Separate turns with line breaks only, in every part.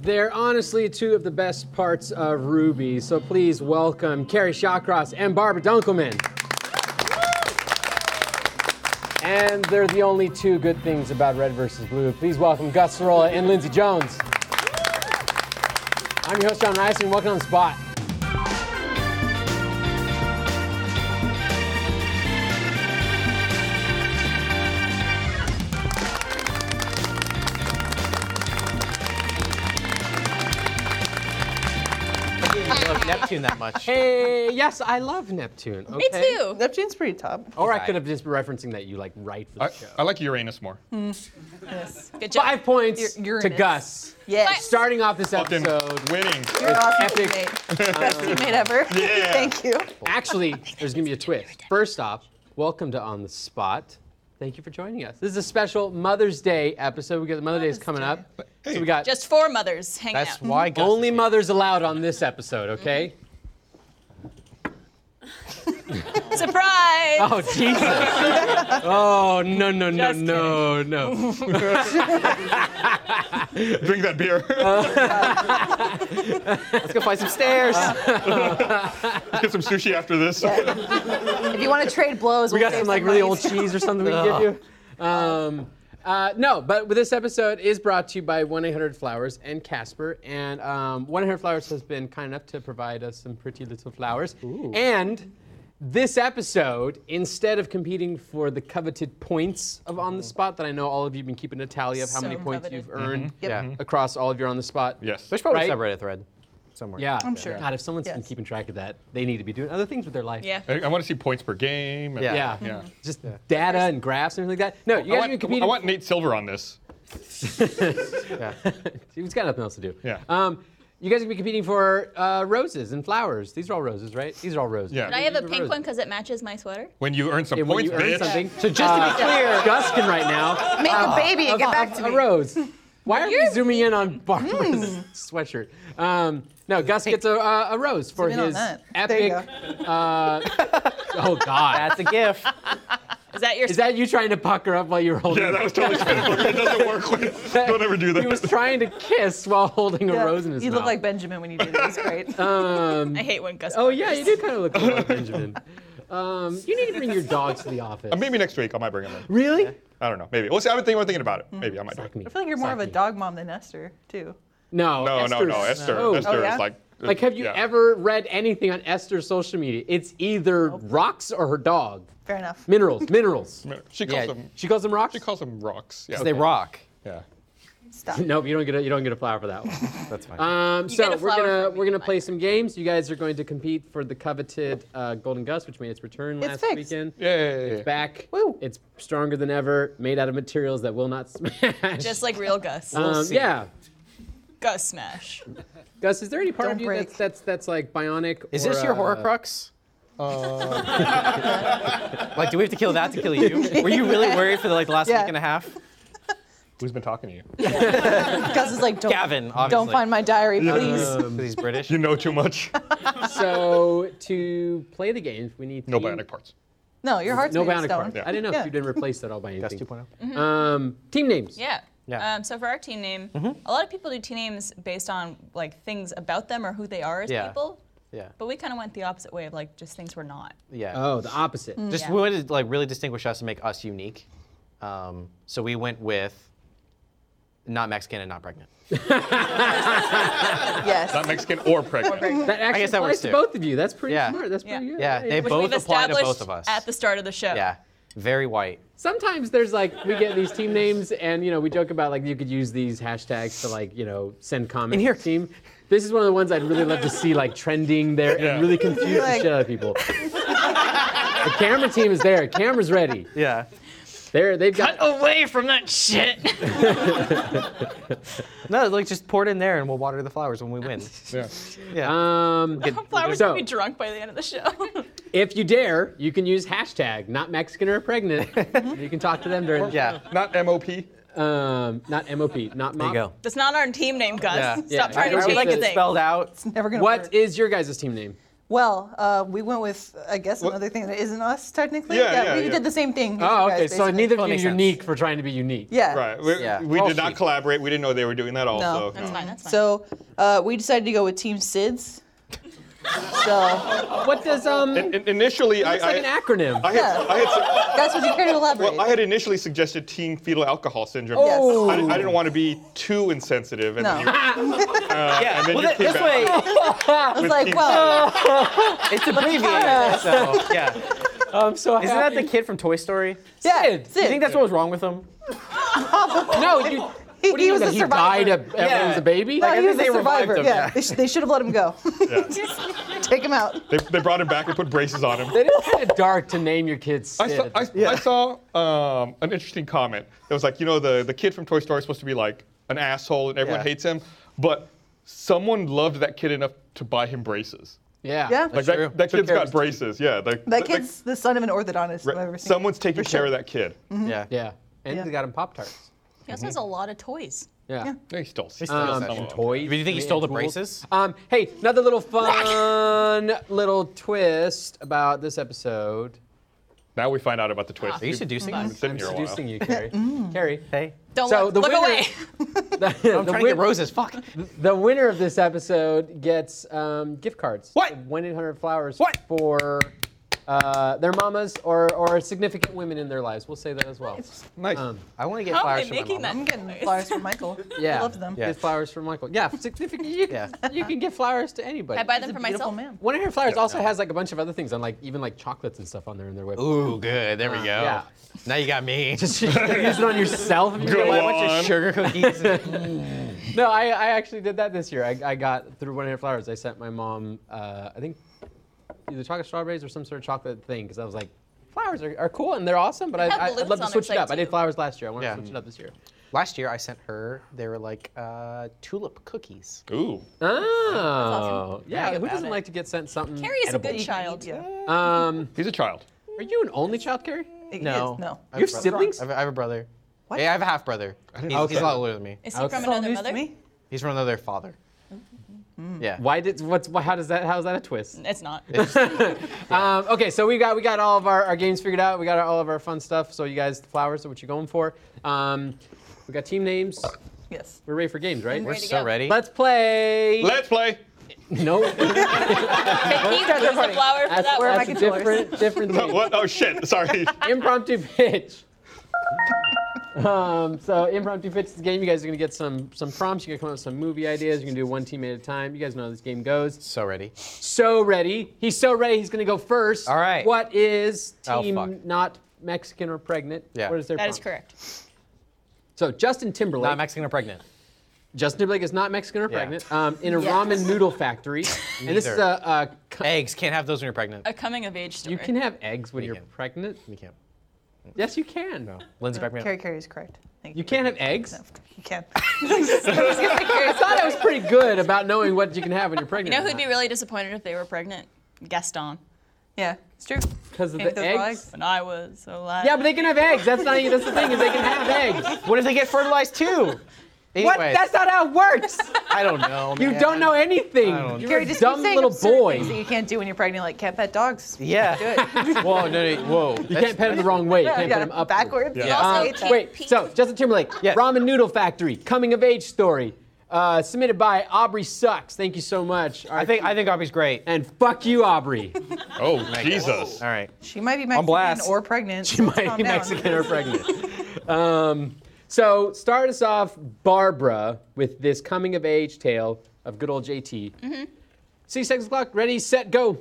They're honestly two of the best parts of Ruby, so please welcome Carrie Shawcross and Barbara Dunkelman. And they're the only two good things about Red versus Blue. Please welcome Gus Sorolla and Lindsey Jones. I'm your host, John Rice, and welcome on the spot.
I love Neptune that much.
Hey, yes, I love Neptune. Okay?
Me too.
Neptune's pretty top.
Or I could have just been referencing that you like write for the
I,
show.
I like Uranus more.
Hmm.
Good job.
Five points
Ur- Uranus.
to Gus.
Yes.
Starting off this
Fucking
episode,
winning.
You're awesome
epic.
teammate. Best teammate ever.
Yeah.
Thank you.
Actually, there's gonna be a twist. First off, welcome to On the Spot. Thank you for joining us. This is a special Mother's Day episode. We got the Mother Days
Mother's
coming
Day.
up.
Hey.
So we got
Just four mothers hanging
That's
out.
why Gus
only
is here.
mothers allowed on this episode, okay?
Mm-hmm. Surprise!
Oh Jesus! oh no no no
Just
no no!
Drink that beer.
Let's go find some stairs.
Get some sushi after this.
if you want to trade blows,
We got some like really old cheese or something we can give you. Um, uh, no, but this episode is brought to you by 1-800-Flowers and Casper, and um, 1-800-Flowers has been kind enough to provide us some pretty little flowers. And this episode, instead of competing for the coveted points of On the Spot, that I know all of you have been keeping a tally of how
So
many points
coveted.
you've earned
Yeah.
across all of your On the Spot.
yes.
There's probably
Right?
some Reddit thread somewhere.
Yeah.
I'm sure.
God, if someone's been
Yes.
keeping track of that, they need to be doing other things with their life.
yeah.
I, want to see points per game.
Yeah.
Yeah.
Yeah.
Just data and graphs and everything like that. No, you
I
guys
want,
have been competing.
I want Nate Silver on this.
He's got nothing else to do.
Yeah.
Um, you guys have been competing for uh, roses and flowers. These are all roses, right? These are all roses.
Yeah.
Can I have a pink
Roses.
one because it matches my sweater?
When you earn some
And when
points,
you earn
bitch.
something, so just to be clear, Gus can right now
Make a baby and
of-
get back
of
to
a
me.
rose. Why are we
You're-
zooming in on Barbara's
Hmm.
sweatshirt? Um, no, Gus gets a, uh, a, a rose for
Zoom in on
his
that. There you
epic. Uh, oh God!
That's a gift.
Is that your
Is that you trying to pucker up while you were holding?
Yeah, that was totally spinning. It doesn't work. When, don't ever do
He was
that.
trying to kiss while holding a rose in his
you
mouth. Uh,
look like Benjamin when you do this. Great.
I hate when Gus.
Oh yeah, you do kind of look like Benjamin. Um, you need to bring your dogs to the office.
Maybe next week I might bring him in.
really?
I don't know. Maybe. We'll see. I've been thinking, I'm thinking about it. Maybe I might. do it.
Fuck me.
I feel like you're more of a dog mom than Esther, too.
No.
No, no, no.
Esther's-
Esther.
no.
Esther
Oh, yeah?
is like.
Like, have you
yeah.
ever read anything on Esther's social media? It's either rocks or her dog.
Fair enough.
Minerals, minerals.
She calls
Yeah.
them.
She calls them rocks.
She calls them rocks. Yeah.
They rock.
Yeah.
Stop.
Nope, you don't get a you don't get a flower for that one.
That's fine.
Um, so
get a
we're
flower
gonna
from me,
we're gonna
Mike.
play some games. You guys are going to compete for the coveted uh, golden gus, which made its return
It's
last
fixed.
weekend.
Yeah. yeah, yeah, yeah.
It's back.
Woo.
It's stronger than ever. Made out of materials that will not smash.
Just like real Gus.
um,
see.
yeah.
Gus smash.
Gus, is there any part
Don't
of you
break.
that's, that's that's like bionic?
Is
or,
this your
uh,
Horcrux?
Uh,
like, do we have to kill that to kill you? Were you really worried for the like last
Yeah.
week and a half?
Who's been talking to you?
Gus is like, don't,
Gavin, obviously.
don't find my diary, please.
Um, He's British.
You know too much.
So to play the games, we need
No
you-
bionic parts.
No, your heart's
No
made of
bionic
stone.
part. I didn't know
Yeah.
if you didn't replace that all by
That's
anything.
2.0.
Um, team names.
Yeah.
Yeah. Mm-hmm.
Um, so for our team name, a lot of people do team names based on like things about them or who they are as
Yeah.
people.
Yeah.
But we kind of went the opposite way of like just things we're not.
Yeah.
Oh, the opposite.
Just
Yeah.
we wanted to like really distinguish us and make us unique. Um, so we went with not Mexican and not pregnant.
Yes.
Not Mexican or pregnant.
That actually
guess that
applies
works
to
too.
both of you. That's pretty
Yeah.
smart. That's pretty
Yeah.
good.
Yeah, they
Right.
Which
both
we've
apply to both
established
of us.
At the start of the show.
Yeah. Very white.
Sometimes there's like we get these team names, and you know we joke about like you could use these hashtags to like you know send comments.
In here.
to the team. This is one of the ones I'd really love to see like trending there
Yeah.
and really confuse
Like-
the shit out of people. the camera team is there. Camera's ready.
Yeah.
They're, they've got.
Away from that shit.
No, like just pour it in there and we'll water the flowers when we win.
Yeah.
Yeah.
Um,
Flowers
So-
will be drunk by the end of the show.
if you dare, you can use hashtag not Mexican or pregnant. you can talk to them during.
yeah.
Not MOP.
Um, not MOP, not
There
mop.
you go.
That's not our team name, Gus.
Yeah.
Stop
Yeah,
trying
I
to
would
I
change
would like
the
it
things.
spelled out.
It's never gonna
What
work.
is your guys' team name?
Well, uh, we went with, I guess, another thing that isn't us technically.
Yeah, yeah,
we
yeah.
did the same thing. as
Oh,
you guys,
okay. So
basically.
neither
Well,
of
it
you
makes
are
sense.
unique for trying to be unique.
Yeah.
Right. We,
Yeah.
we
All
did not
sheep.
collaborate. We didn't know they were doing that also.
That's
no.
fine. That's fine.
So uh, we decided to go with Team Sids. so
What does um? It's
In- initially, I,
like an
I,
acronym.
I, had, I, had, su-
that's what you care to elaborate.
well, I had initially suggested teen fetal alcohol syndrome.
Yes. Oh.
I, I didn't want to be too insensitive. And
No.
then you,
yeah,
Uh, then
well,
you
th-
came
this way
I was
with
like,
Team
well,
it's abbreviated. so yeah,
I'm so happy.
isn't that the kid from Toy Story?
yeah,
Sid.
Sid.
You think that's what was wrong with him?
No, you.
He-
what do you
he
mean
was
that
a
he
survivor.
died of,
Yeah.
he was a baby?
No,
I
he was
think
a
they revived
survivor.
him,
yeah,
yeah.
They, sh- they should have let him go. Take him out.
They, they brought him back and put braces on him.
It is kind of dark to name your kids
I
Sid.
saw, I, I saw um, an interesting comment. It was like, you know, the, the kid from Toy Story is supposed to be like an asshole and everyone
Yeah.
hates him, but someone loved that kid enough to buy him braces.
yeah.
Yeah.
Like
That's
true.
that, that
Took
kid's
care of
got
his
braces. Yeah. Like,
That
like-
kid's the son of an orthodontist I've ever seen.
someone taking care of that kid.
Yeah.
Yeah. And
Yeah.
they got him Pop Tarts.
he
Mm-hmm.
also has a lot of toys.
Yeah.
Yeah.
They still see
Um,
some
and
of them.
toys.
Do you think he
and
stole the
tools.
braces?
Um, hey, another little fun little twist about this episode.
Now we find out about the twist.
Are you seducing
We've
us?
been sitting
I'm
here a while.
seducing you, Carrie.
Mm.
Carrie.
Hey,
Don't
So
look,
the
look
winner-
away.
I'm
I'm trying to get roses. Fuck.
The winner of this episode gets um, gift cards.
What?
One eight hundred flowers.
What?
For uh, their mamas or or significant women in their lives. We'll say that as well.
Nice.
I want to get
How are
flowers
they
from my
making
mama.
that?
I'm getting
noise?
flowers from Michael.
Yeah.
He loves them.
Yeah.
Get flowers for Michael. Yeah, significant. You,
Yeah.
you can give flowers to anybody.
I buy them
He's
for
a beautiful
myself.
man.
One of her flowers
Yeah,
also
no.
has like a bunch of other things on like even like chocolates and stuff on there in their website.
Ooh, good. There we go.
yeah.
Now you got me. Uh, Just
Use it on yourself. if you
Go
want.
buy a bunch
on.
of sugar cookies.
No, I, I actually did that this year. I, I got through one of her flowers. I sent my mom, uh, I think, either chocolate strawberries or some sort of chocolate thing because I was like, flowers are, are cool and they're awesome, but I,
have
I,
balloons
would love to
on
switch it
their
up. I
side,
did
too.
flowers last year. I want
Yeah.
to switch it up this year.
Last year, I sent her. They were like uh, tulip cookies.
Ooh.
Oh, yeah.
Brag
Who
about
doesn't
it.
like to get sent something?
Carrie's a
edible?
good child.
Yeah.
Um,
He's a child.
are you an only child, Carrie?
He is,
No.
No.
I have a
Your
brother.
siblings?
I have, a- I have a brother.
What?
Yeah, I have a half brother. He's,
Okay.
he's a lot older than me.
Is he
Okay.
from
It's all
another
news to
mother?
me.
He's from another father. Yeah.
Why did what's wh- how does that how is that a twist?
It's not.
Um, okay, so we got we got all of our, our games figured out. We got our, all of our fun stuff. So you guys, the flowers are what you're going for. Um, we got team names.
Yes.
We're ready for games, right?
We're
to
so
go.
ready.
Let's play.
Let's play.
no,
Keith lose the flower for
that's,
that
where
one.
my
that's a
controllers?
different different
Oh,
thing.
what? Oh shit. Sorry.
impromptu pitch. Um, so impromptu pitch is the game. You guys are gonna get some some prompts. You're gonna come up with some movie ideas. You're gonna do one team at a time. You guys know how this game goes.
So ready.
So ready. He's so ready. He's gonna go first.
All right.
What is
Oh,
team
fuck.
not Mexican or pregnant?
Yeah.
What is their
That is
prompt?
correct.
So Justin Timberlake.
Not Mexican or pregnant.
Justin Timberlake is not Mexican or
Yeah.
pregnant. Um, in a
Yes.
ramen noodle factory, and this is
Neither.
a, a co-
Eggs can't have those when you're pregnant.
A coming of age story.
you can have eggs when
You
you're
can.
pregnant.
You can't.
Yes, you can.
No. Lindsay, back me up.
Carrie Carrie is correct. Thank
You can't have eggs.
You can't. I was gonna say Carrie
I thought I was pretty good about knowing what you can have when you're
You
pregnant.
know who'd be
or not,
really disappointed if they were pregnant? Gaston.
Yeah, it's true.
'cause of
Maybe
the
those are
eggs.
eggs.
When I was alive.
Yeah, but they can have eggs. That's not. That's the thing is they can have eggs.
What if they get fertilized too?
What?
Anyways,
That's not how it works.
I don't know.
You
man.
don't know anything.
I don't-
You're
Carrie
a
just keeps
dumb
saying
little
absurd
boy.
Things that you can't do when you're pregnant, like can't pet dogs.
Yeah.
Do it.
Whoa, no, no, whoa.
You can't pet him the wrong way. You
Yeah,
can't
yeah,
pet him up.
backwards.
Yeah.
Yeah.
Also,
Um,
can't
Wait,
pee.
so Justin Timberlake,
Yes.
Ramen Noodle Factory, coming of age story, uh, submitted by Aubrey Sucks. Thank you so much.
I think I think Aubrey's great.
and fuck you, Aubrey.
Oh Jesus.
All right.
she might be
blast.
Mexican or pregnant.
She might
Calm
be
down.
Mexican or pregnant. um, so start us off, Barbara, with this coming of age tale of good old JT. Mm-hmm. See six o'clock. Ready, set, go.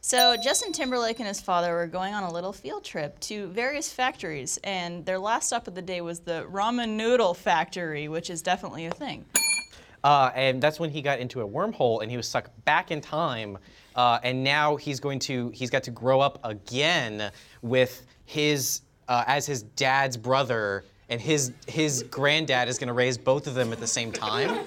So Justin Timberlake and his father were going on a little field trip to various factories, and their last stop of the day was the ramen noodle factory, which is definitely a thing.
Uh, and that's when he got into a wormhole and he was sucked back in time. Uh, and now he's going to he's got to grow up again with his uh, as his dad's brother and his his granddad is going to raise both of them at the same time.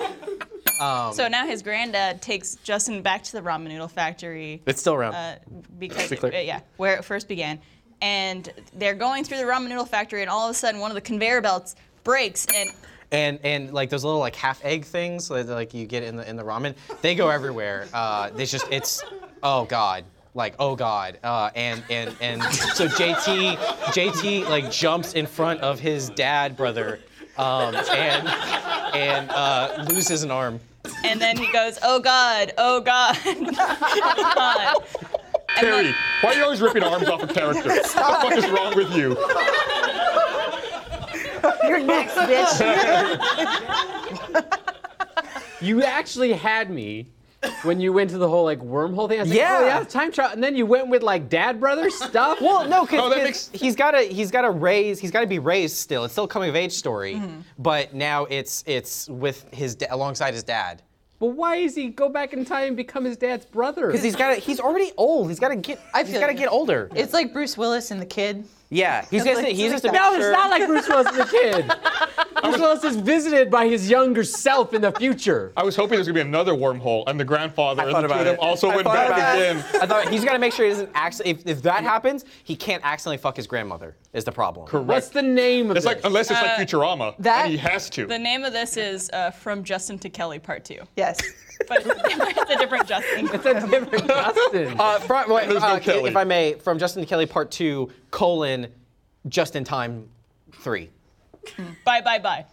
So now his granddad takes Justin back to the ramen noodle factory.
It's still around.
uh, because
Be clear.
uh, yeah, where it first began. And they're going through the ramen noodle factory, and all of a sudden, one of the conveyor belts breaks, and
and and like those little like half egg things that like you get in the in the ramen, they go everywhere. Uh, it's just it's oh god like oh god uh, and and and so jt jt like jumps in front of his dad brother um, and and uh, loses an arm
And then he goes, "Oh God, oh God, oh God." And then-
Terry, why are you always ripping arms off of characters? what the fuck is wrong with you?
You're next, bitch.
You actually had me when you went to the whole like wormhole thing. I was like,
Yeah.
oh, yeah, time travel. And then you went with like dad brother stuff.
Well, no, because
Oh, that makes-
he's got to he's got to raise he's got to be raised still. It's still a coming of age story,
Mm-hmm.
but now it's it's with his da- alongside his dad.
but why is he go back in time and become his dad's brother?
Because he's got to he's already old. He's got to get
I
he's
feel
got to
you.
get older.
It's like Bruce Willis and the kid.
yeah, he's just
like-
he's
it's
just a
like
no, it's not like Bruce Willis is a kid. Bruce Willis is visited by his younger self in the future.
I was hoping there was gonna be another wormhole, and the
I
grandfather and the
thought
two
about
of them
it.
also
I
went
thought
back
about it.
again.
I thought he's got to make sure he doesn't actually. If, if that happens, he can't accidentally fuck his grandmother. Is the problem?
What's the name of
It's like
this?
unless it's like Futurama,
that-
and he has to.
Uh, the name of this is uh, "From Justin to Kelly Part 2.
Yes.
but it's a different Justin.
it's a different Justin.
Uh, from, wait,
There's no
uh,
Kelly.
If I may, from Justin to Kelly Part Two: colon, Just in Time, three.
bye, bye, bye.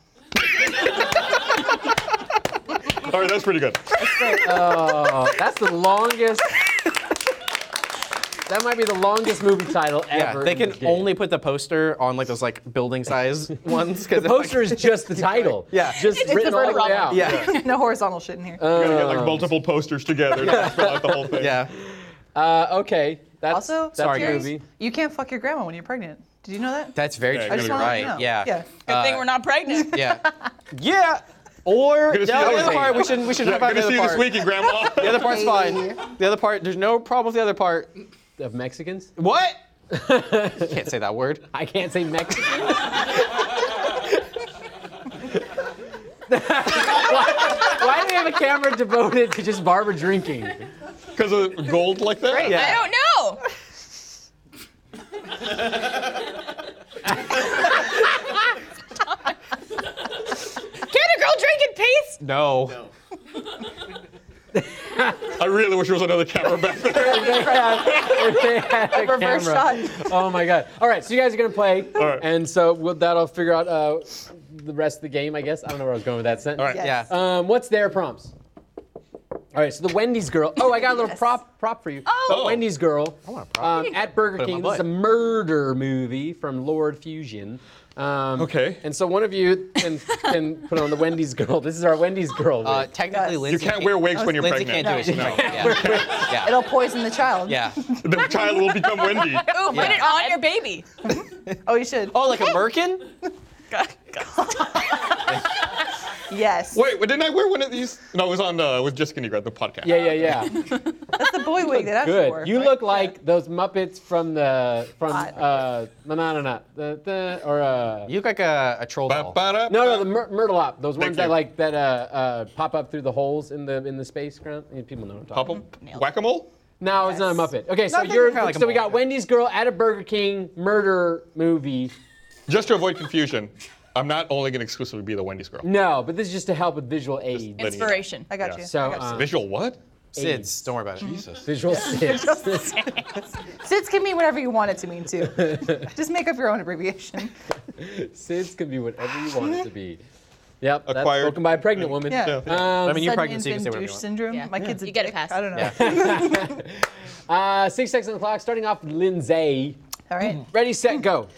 All right, that's pretty good.
That's the longest. that might be the longest movie title
Yeah,
ever.
they
in
can
the game.
only put the poster on like those like building size ones because
The poster is just the title.
Yeah.
Just
It's
written all the way
vertical.
out.
yeah.
no horizontal shit in here.
Uh,
You gotta get like multiple posters together to fill out the whole thing.
Um, Yeah.
Uh, okay. That's,
also,
that's
Sorry,
the
guys.
movie.
you can't fuck your grandma when you're pregnant. Did you know that?
That's very
Yeah,
true.
you're
You're
gonna be
right.
right.
Yeah.
Yeah.
Good thing we're not pregnant.
Yeah. Yeah. Or
Gonna
no,
see
the
you
other
later.
part we should we should
Yeah,
have out the
gonna see
other
you
part.
this weekend, Grandma.
The other part's fine. The other part, there's no problem with the other part.
Of Mexicans?
What? Can't say that word.
I can't say Mexican. why, why do we have a camera devoted to just Barbara drinking?
Because of gold like that?
Right.
I
Yeah.
don't know. Can a girl drink in peace?
No.
I really wish there was another camera back there.
They had- they had a
Reverse
camera.
shot.
Oh my god! All right, so you guys are gonna play,
right.
and so we'll, that'll figure out uh, the rest of the game, I guess. I don't know where I was going with that sentence.
All right.
Yeah.
Um, what's their prompts? All right, so the Wendy's girl. Oh, I got a little prop prop for you.
Oh.
The Wendy's girl. I
want a prop.
Um, at Burger
Put it in
King,
my
this is a
butt.
murder movie from Lord Fusion. Um,
Okay.
And so one of you can can put on the Wendy's girl. This is our Wendy's girl.
Uh,
week.
technically,
Yes.
Lindsay. Oh,
You can't wear wigs when you're
Lindsay
pregnant.
can't do it. No. Yeah.
It'll poison the child.
yeah. Yeah.
The child will become Wendy.
Ooh, put it on your baby.
Oh, you should.
Oh, like a merkin?
Yes.
Wait, well, didn't I wear one of these? No, it was on uh, with Jessica Negra, the podcast.
yeah, yeah, yeah.
That's the boy wig that I should
Good.
wear.
You look like those Muppets from the from
Hot.
uh no no no no the, the or uh
You look like a, a troll doll.
Ba-ba-da.
no no the Myr- Myrtleop those ones
you.
that like that uh, uh pop up through the holes in the in the space ground. I mean, people know what I'm talking.
Pop
about.
up whack-a-mole?
No, it's not a Muppet. Okay, so
Nothing
you're
kinda like a
so we got
Muppet.
Wendy's girl at a Burger King murder movie.
Just to avoid confusion, I'm not only gonna exclusively be the Wendy's girl.
No, but this is just to help with visual aid.
let-
Inspiration.
I got
Yeah.
you.
So,
I got
uh,
Visual what?
Sids. Don't worry about it. Jesus.
Visual assist.
uh,
you. Sids can mean whatever you want it to mean too. Just make up your own abbreviation.
Sids can be whatever you want it to be. Yep, that's
Acquired-
spoken by a pregnant woman. Um,
Yeah.
I mean, you're
Sudden
pregnant, so you can say
infant
whatever you
douche
want.
syndrome.
Yeah.
My kid's a
You get a
dick.
pass.
I don't know.
Uh, six seconds on the clock, starting off with Lindsay.
All right.
Ready, set, go.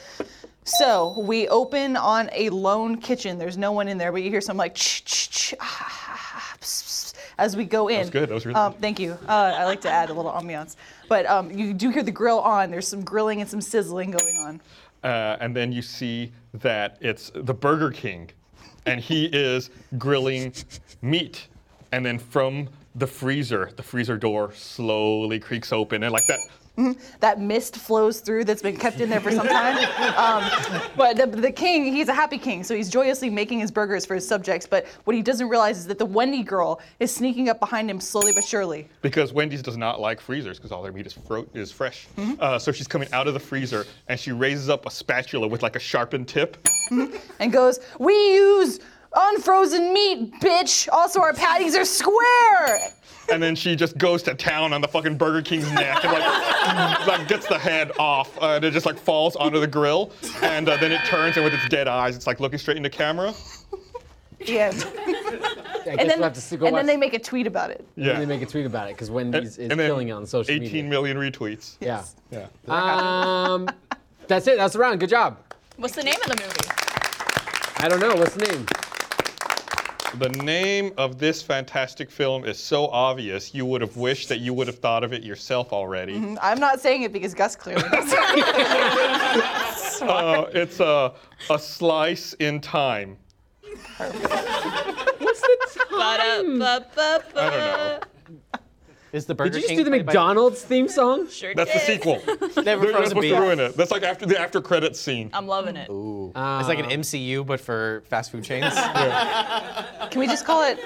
So we open on a lone kitchen. There's no one in there, but you hear some like ch ch ch ah, ps, ps, as we go in.
was good. That was really
um,
good.
Thank you. Uh, I like to add a little ambiance, but um, you do hear the grill on. There's some grilling and some sizzling going on.
Uh, and then you see that it's the Burger King, and he is grilling meat. And then from the freezer, the freezer door slowly creaks open, and like that,
that mist flows through that's been kept in there for some time. Um, but the, the king, he's a happy king, so he's joyously making his burgers for his subjects. But what he doesn't realize is that the Wendy girl is sneaking up behind him slowly but surely.
because Wendy's does not like freezers because all their meat is, fro- is fresh. Uh, so she's coming out of the freezer, and she raises up a spatula with like a sharpened tip.
and goes, "We use Unfrozen meat, bitch. Also, our patties are square.
and then she just goes to town on the fucking Burger King's neck and like, like gets the head off uh, and it just like falls onto the grill and uh, then it turns and with its dead eyes it's like looking straight into camera.
Yeah.
I guess
And then,
we'll have to s- go watch.
and then they make a tweet about it.
and
Yeah.
they make a tweet about it because Wendy's is
And then
killing it on social
18
media.
million retweets.
Yeah.
Yeah.
Um, that's it. That's the round. Good job.
What's the name of the movie?
I don't know. What's the name?
The name of this fantastic film is so obvious you would have wished that you would have thought of it yourself already.
I'm not saying it because Gus clearly. knows.
Uh, it's a, a slice in time.
Um,
I don't know.
Is the Burger
Did you just
King
do the
played by-
McDonald's theme song?
Sure
That's the
did.
sequel.
Never
They're not
frozen
supposed
beef.
to ruin it. That's like after the after credits scene.
I'm loving it.
It's like an MCU, but for fast food chains.
Can we just call it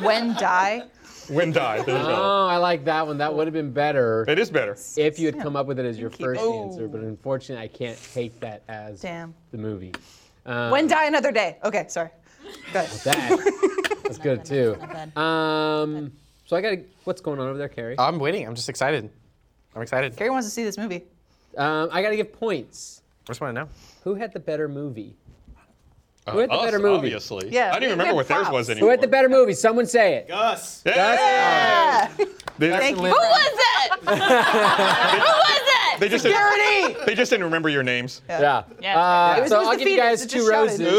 When Die?
When die. There you go.
Oh, I like that one. That would have been better
It is better.
if you had come up with it as your
Keep
first
it.
answer, but unfortunately, I can't take that as
Damn.
the movie. Um,
When Die Another Day. Okay, sorry. Go ahead.
that was good too.
Not bad.
Um, so I got to what's going on over there,
Uh,
Carrie?
I'm waiting. I'm just excited. I'm excited.
Gary wants to see this movie.
Um, I got to give points.
I just want to know.
Who had the better movie?
Uh,
Who had the
us,
better movie?
Obviously.
Yeah,
I don't
we-
even
we
remember
had
what theirs was
props.
anymore.
Who had the better movie? Someone say it.
Gus.
Yeah.
Yeah.
They,
Thank
just,
you.
Who was it? Who was it?
they just didn't, they just didn't remember your names.
Yeah.
Yeah.
Uh,
It was-
so
it was
I'll
the
give you
fetus
guys
that
two
just shouted.
roses,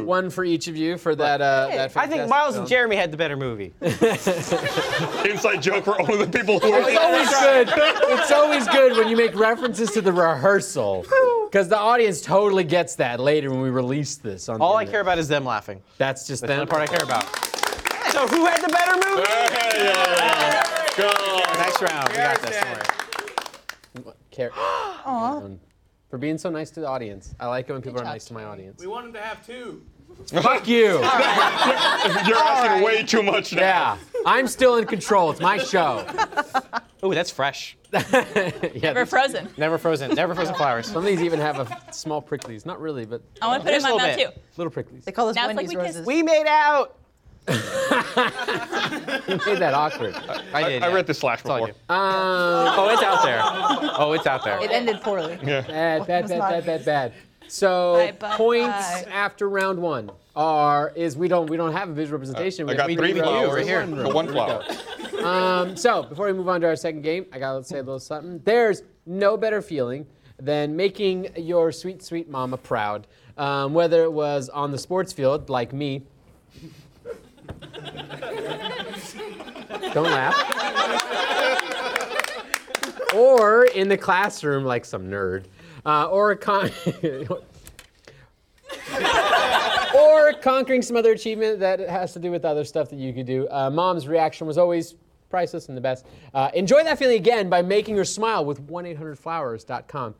Ooh.
one for each of you for that. Uh,
Hey,
that
I think
fantastic
Miles
film.
and Jeremy had the better movie.
Inside joke for only the people who were.
It's always good. It's always good when you make references to the rehearsal, because the audience totally gets that later when we release this. On the
All I
internet.
care about is them laughing.
That's just
That's the
them.
only part I care about. So who had the better movie?
Hey, yeah. Go.
Next round, we got this. Don't worry.
Care- Um, For being so nice to the audience. I like it when people are
job,
nice to my audience.
We wanted to have two.
Fuck you.
You're asking way too much now.
Yeah. I'm still in control. It's my show.
Ooh, that's fresh.
Yeah.
We're frozen.
Never frozen. Never frozen flowers.
Some of these even have a small pricklies. Not really, but
I want to put it
Just
in my
a
mouth
little
too.
bit.
little pricklies.
They call those
Now it's like
Wendy's
we kissed.
roses.
We made out.
Made that awkward.
I did.
I
yeah.
read this slash
That's all I
before.
do. oh, it's out there. Oh, it's out there.
it ended poorly.
Bad, bad, bad,
not-
bad, bad, bad. So
Bye, bye,
points
bye.
after round one are is we don't we don't have a visual representation. we
I
have
got
three
three
rows.
flowers.
over here.
The one flower.
Um, so before we move on to our second game, I gotta say a little something. There's no better feeling than making your sweet, sweet mama proud. Um, whether it was on the sports field, like me. Don't laugh. or in the classroom, like some nerd. Uh, or a con. or conquering some other achievement that has to do with other stuff that you could do. Uh, Mom's reaction was always priceless and the best. Uh, enjoy that feeling again by making her smile with 1-800-Flowers.com.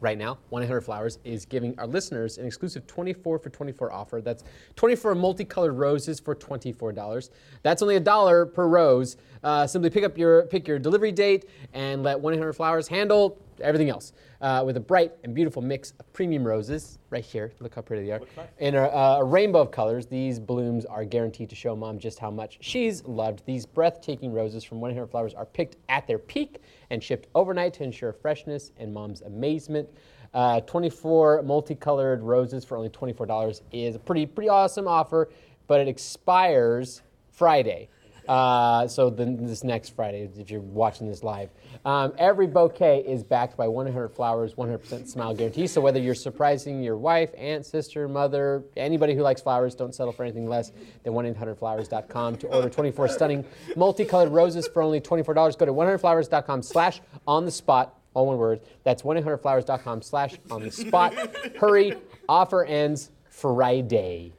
Right now, 1-800-Flowers is giving our listeners an exclusive 24 for 24 offer. That's 24 multicolored roses for $24. That's only a dollar per rose. Uh, simply pick up your pick your delivery date and let 1-800-Flowers handle everything else uh, with a bright and beautiful mix of premium roses right here. Look how pretty they are. In a, a rainbow of colors, these blooms are guaranteed to show mom just how much she's loved. These breathtaking roses from 100 Flowers are picked at their peak and shipped overnight to ensure freshness and mom's amazement. Uh, 24 multicolored roses for only $24 is a pretty pretty awesome offer, but it expires Friday. Uh, so then this next Friday, if you're watching this live, um, every bouquet is backed by 100 flowers, 100% smile guarantee. So whether you're surprising your wife, aunt, sister, mother, anybody who likes flowers, don't settle for anything less than 1-800-flowers.com to order 24 stunning multicolored roses for only $24. Go to 100flowers.com slash on the spot, all one word. That's 1-800-flowers.com slash on the spot. Hurry, offer ends Friday.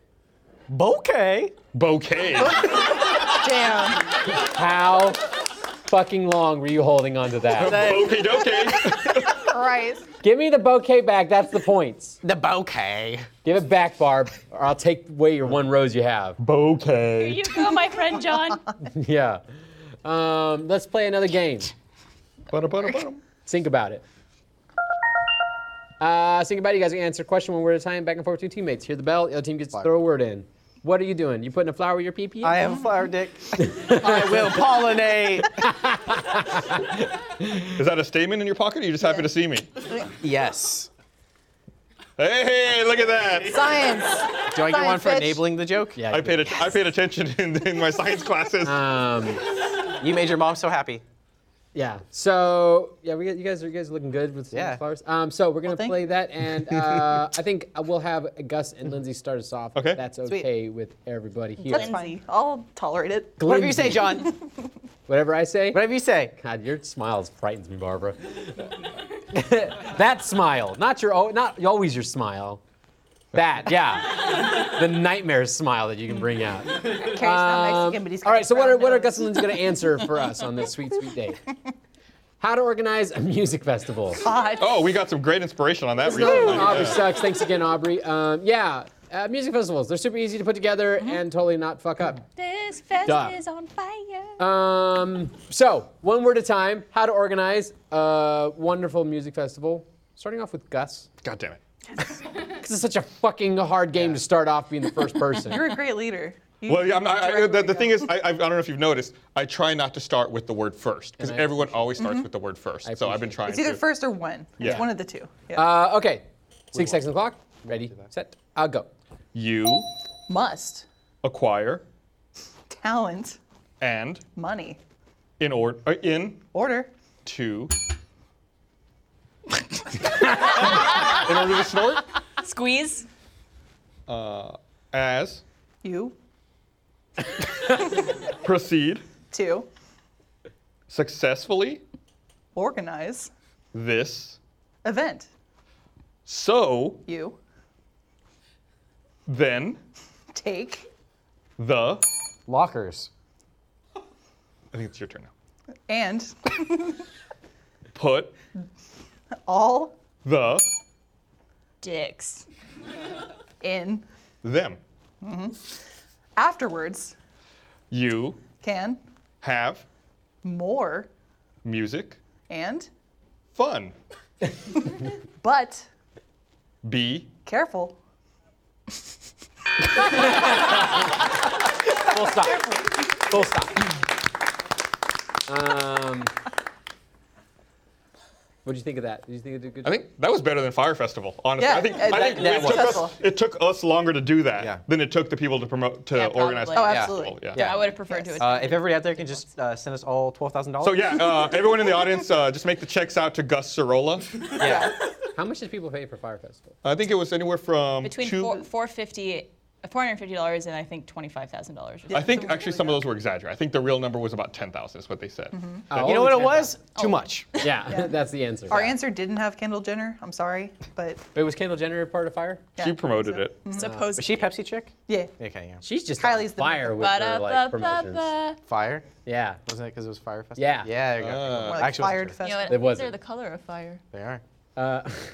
Bokeh.
Bouquet.
Damn.
How fucking long were you holding on to that?
Okie dokie.
Christ.
Give me the bouquet back. That's the points.
The bouquet.
Give it back, Barb, or I'll take away your one rose you have.
Bouquet.
Here you go, my friend John.
Yeah. Um, let's play another game.
Bada, bada, bada.
Think about it. Uh, say goodbye. You guys can answer a question one word at a time, back and forth between teammates. Hear the bell. The other team gets to throw a word in. What are you doing? You putting a flower in your pee pee?
I have a flower dick. I will pollinate.
Is that a statement in your pocket or are you just happy to see me?
yes.
Hey, hey, look at that.
Science.
Do I get one for
Science bitch.
enabling the joke?
Yeah.
I paid, a, I paid attention in, in my science classes.
Ah.
Um,
You made your mom so happy.
yeah. So yeah, we got, you guys are you guys are looking good with
Yeah.
the flowers. Um, so we're gonna
thank
play that, and uh, I think we'll have Gus and Lindsay start us off. if
Okay.
That's okay with everybody here.
That's fine. I'll tolerate it.
Whatever you
Lindsay.
say, John.
Whatever I say.
Whatever you say.
God, your smile frightens me, Barbara. that smile, not your, o- not always your smile. That, yeah, the nightmare smile that you can bring out. Um,
Carrie's not Mexican, but he's
All right, so what are what are Gus
Gus?
and Lindsay going to answer for us on this sweet, sweet day? How to organize a music festival?
Oh, we got some great inspiration on that
Another one,
recently.
Aubrey
Yeah.
sucks. Thanks again, Aubrey. Um, yeah, uh, music festivals. They're super easy to put together and totally not fuck up.
Mm-hmm. This fest
Duh.
is on fire.
Um, so, one word at a time, how to organize a wonderful music festival. Starting off with Gus,
God damn it.
because it's such a fucking hard game to start off being the first person.
You're a great leader. You-
Well, yeah, I'm, I, I,
Directly
the, the
go.
thing is, I, I I don't know if you've noticed, I try not to start with the word first because
And I
everyone always starts with the word first. so I've been
appreciate
trying
it's either
to.
first or one.
Yeah.
It's one of the two. Yeah.
uh, okay, six seconds on the clock. Ready, set, uh, go.
You
Must
acquire
talent
and
money
in order uh, in
order.
to. in order to snort,
Squeeze.
as
You
proceed
to
successfully
organize
this
event.
so
You
then
take
the.
Lockers.
I think it's your turn now.
and
Put
all
the
Dicks.
in
them.
afterwards
You
can
have
more
music
and
fun.
but
Be
careful
Full stop. Full stop. Um, what do you think of that? Did you think it did a good?
I think that was better than Fire Festival, honestly.
Yeah,
I think,
uh,
I
that-
think
that
it,
was.
took us,
Successful.
it took us longer to do that
Yeah.
than it took the people to promote to
Yeah,
organize.
probably.
the
Oh,
Fire
absolutely.
Festival,
Yeah.
I would have preferred
Yes.
to.
Uh, if everybody out there can just uh, send us all twelve thousand dollars.
So yeah, uh, everyone in the audience, uh, just make the checks out to Gus Cirola.
yeah.
How much did people pay for Fire Festival?
I think it was anywhere from
between
two.
four, 450 $450 and I think $25,000.
I think actually some of those were exaggerated. I think the real number was about ten thousand, is what they said.
Mm-hmm.
Oh,
You know
only
what it
10,000.
was? Too much.
Yeah, that's the answer.
our answer didn't have kendall jenner i'm sorry but
But was Kendall Jenner part of Fire?
yeah, Mm-hmm.
She promoted
so-
it.
Supposedly.
Was she a Pepsi chick?
yeah
Okay, yeah.
She's just
Kylie's
on
the-
fire with her like promotions.
Ba-da-ba-ba-ba.
Fire?
Yeah,
Wasn't it because it was Fire Festival?
Yeah.
Yeah, there you go.
Uh,
More like
Actually,
fired
sure.
fest
You know what? I
It
think
wasn't.
They're the color of fire.
They are.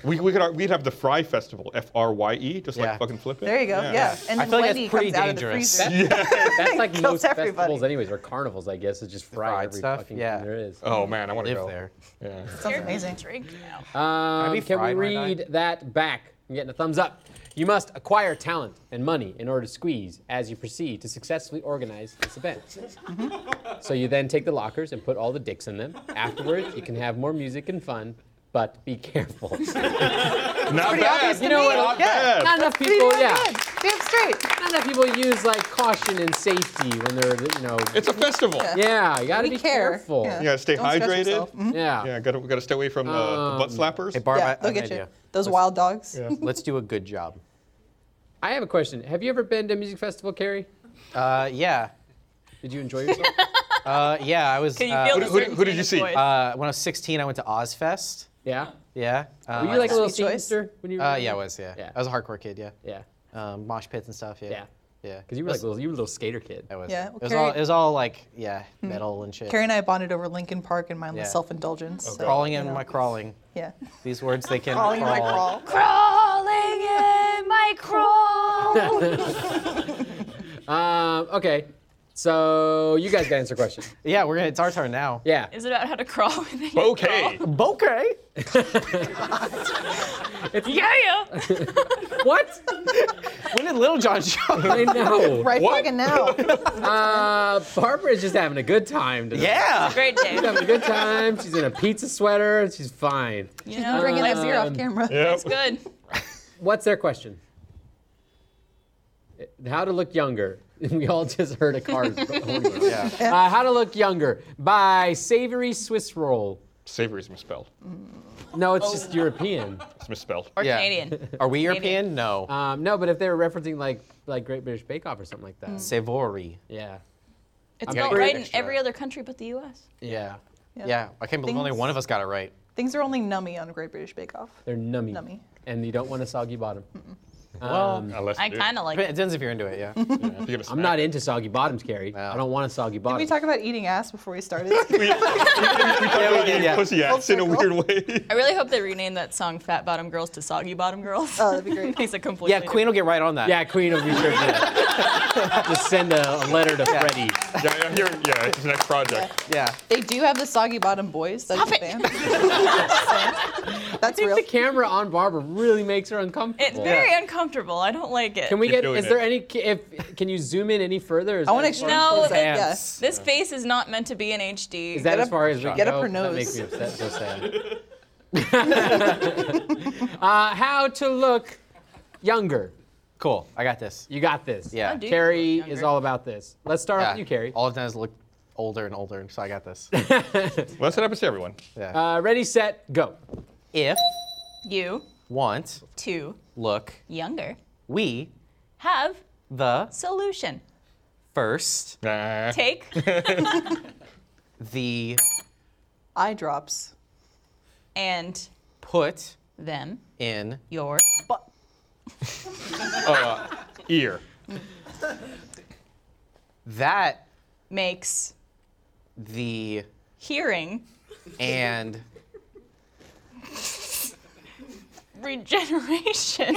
We, we could ar- we'd have the Fry Festival, F R Y E, just
Yeah.
like fucking flip it.
there you go yeah, and
I
then
feel like
Wendy
that's pretty
comes out
dangerous.
of the freezer
that's like
Kills
most
everybody.
festivals, anyways, or carnivals, I guess. It's just fried,
fried
every
stuff,
fucking
yeah.
thing there is.
Oh man, I want to
Live
go
there.
Yeah.
sounds amazing
Drink now.
Um,
be
can we
fried when I die?
read that back? I'm getting a thumbs up. You must acquire talent and money in order to squeeze as you proceed to successfully organize this event.
Mm-hmm.
so you then take the lockers and put all the dicks in them. Afterwards, you can have more music and fun, but be careful.
Not bad.
obvious
You know what?
Not
Yeah.
bad.
Not enough
Pretty
people,
damn
yeah.
good. damn straight
Not enough people use like caution and safety when they're, you know.
It's a festival.
yeah, you gotta
we
be
care.
careful.
Yeah.
You gotta stay
Don't stress
hydrated.
yourself. Mhm.
Yeah, gotta gotta stay away from uh, the, the butt slappers.
Um, Hey, Barb, I- I
yeah
have
they'll
an
get you
idea.
those wild dogs
Let's do a good job.
I have a question. Have you ever been to a music festival, Carrie?
Uh, yeah.
Did you enjoy yourself?
Uh, yeah, I was.
Can you
uh,
feel
who
the
did- who did-
certain
who did
in
you
his
see?
voice?
uh, when I was 16, I went to Ozfest.
yeah.
Yeah. Um,
Were you like a little
Uh, Sweet choice.
senior when you? Were
Uh,
young?
yeah, I was. Yeah.
Yeah.
I was a hardcore kid. Yeah.
Yeah.
Um, mosh pits and stuff. Yeah.
Yeah.
Yeah.
Because you were like little, you were a little skater kid.
I was.
Yeah,
Yeah.
well,
it was all.
Carrie- Hmm.
It was all like yeah, metal and shit.
carrie and i bonded over lincoln park and mindless
Yeah.
self-indulgence so,
crawling in
you know,
my crawling.
yeah
These words they can
crawling in my
crawl.
crawl
Crawling in my crawl.
Um, okay. So you guys got to answer a question.
Yeah, we're gonna. It's our turn now.
Yeah.
Is it about how to crawl when they
Okay.
Okay.
Yeah, yeah.
what?
When did Little John
I
show? up?
know.
Right
What?
fucking now.
Uh, Barbara's just having a good time today.
yeah.
Great day.
She's having a good time. She's in a pizza sweater and she's fine.
You know,
Bringing that beer off camera.
Yep.
it's good.
What's their question? How to look younger. We all just heard a car. yeah. uh, how to look younger by Savory Swiss Roll.
Savory is misspelled.
No, it's just
Oh.
European.
It's misspelled.
Or
Yeah.
Canadian.
Are we European? No.
Um, no, but if they were referencing like like Great British Bake Off or something like that.
Mm.
Savory.
Yeah.
It's
got
spelled
your
right in
extra.
every other country but the U.S.
Yeah.
Yeah. I can't believe only
Things-
one of us got it right.
Things are only nummy on Great British Bake Off.
They're nummy.
Nummy.
And you don't want a soggy bottom.
Well,
Unless
I kind of like
it depends Um, if you're into it. Yeah.
I'm not into soggy bottoms, Carrie. I don't want a soggy
Did
bottom.
we talk about eating ass before we started?
yeah, we did, yeah.
pussy ass in a
circle.
weird way.
I really hope they rename that song "Fat Bottom Girls" to "Soggy Bottom Girls."
Oh, that'd be great.
Makes it completely.
Yeah, Queen will get right on that.
yeah, Queen of Research. Just send a, a letter to Freddie.
yeah, yeah, here- yeah, it's the next project.
Yeah.
they do have the Soggy Bottom Boys. That's
Stop
a
it.
band. That's real.
The camera on Barbara really makes her uncomfortable.
It's very uncomfortable. I don't like it.
Can we
Keep
get?
doing
Is
it.
there any? If can you zoom in any further? Is
I want
that-
to show
No,
you.
the
ants.
Yeah.
This face is not meant to be in HD.
Is that
Get
as
up-
far as we
get
go?
up her
That
nose.
makes me upset. So sad. uh, how to look younger?
Cool. I got this.
You got this.
Yeah. How
do you
Carrie
look
is
younger?
all about this. Let's start off
Yeah.
with you, Carrie.
All I've done is look older and older, so I got this.
Well, that happens to everyone.
Yeah.
Uh, ready, set, go.
if
you
want
two
look,
younger
we
have
the
solution.
first
Nah.
Take
the
Eye drops.
and
put
them
in
your
But
Ear.
that
makes
the
hearing
and
regeneration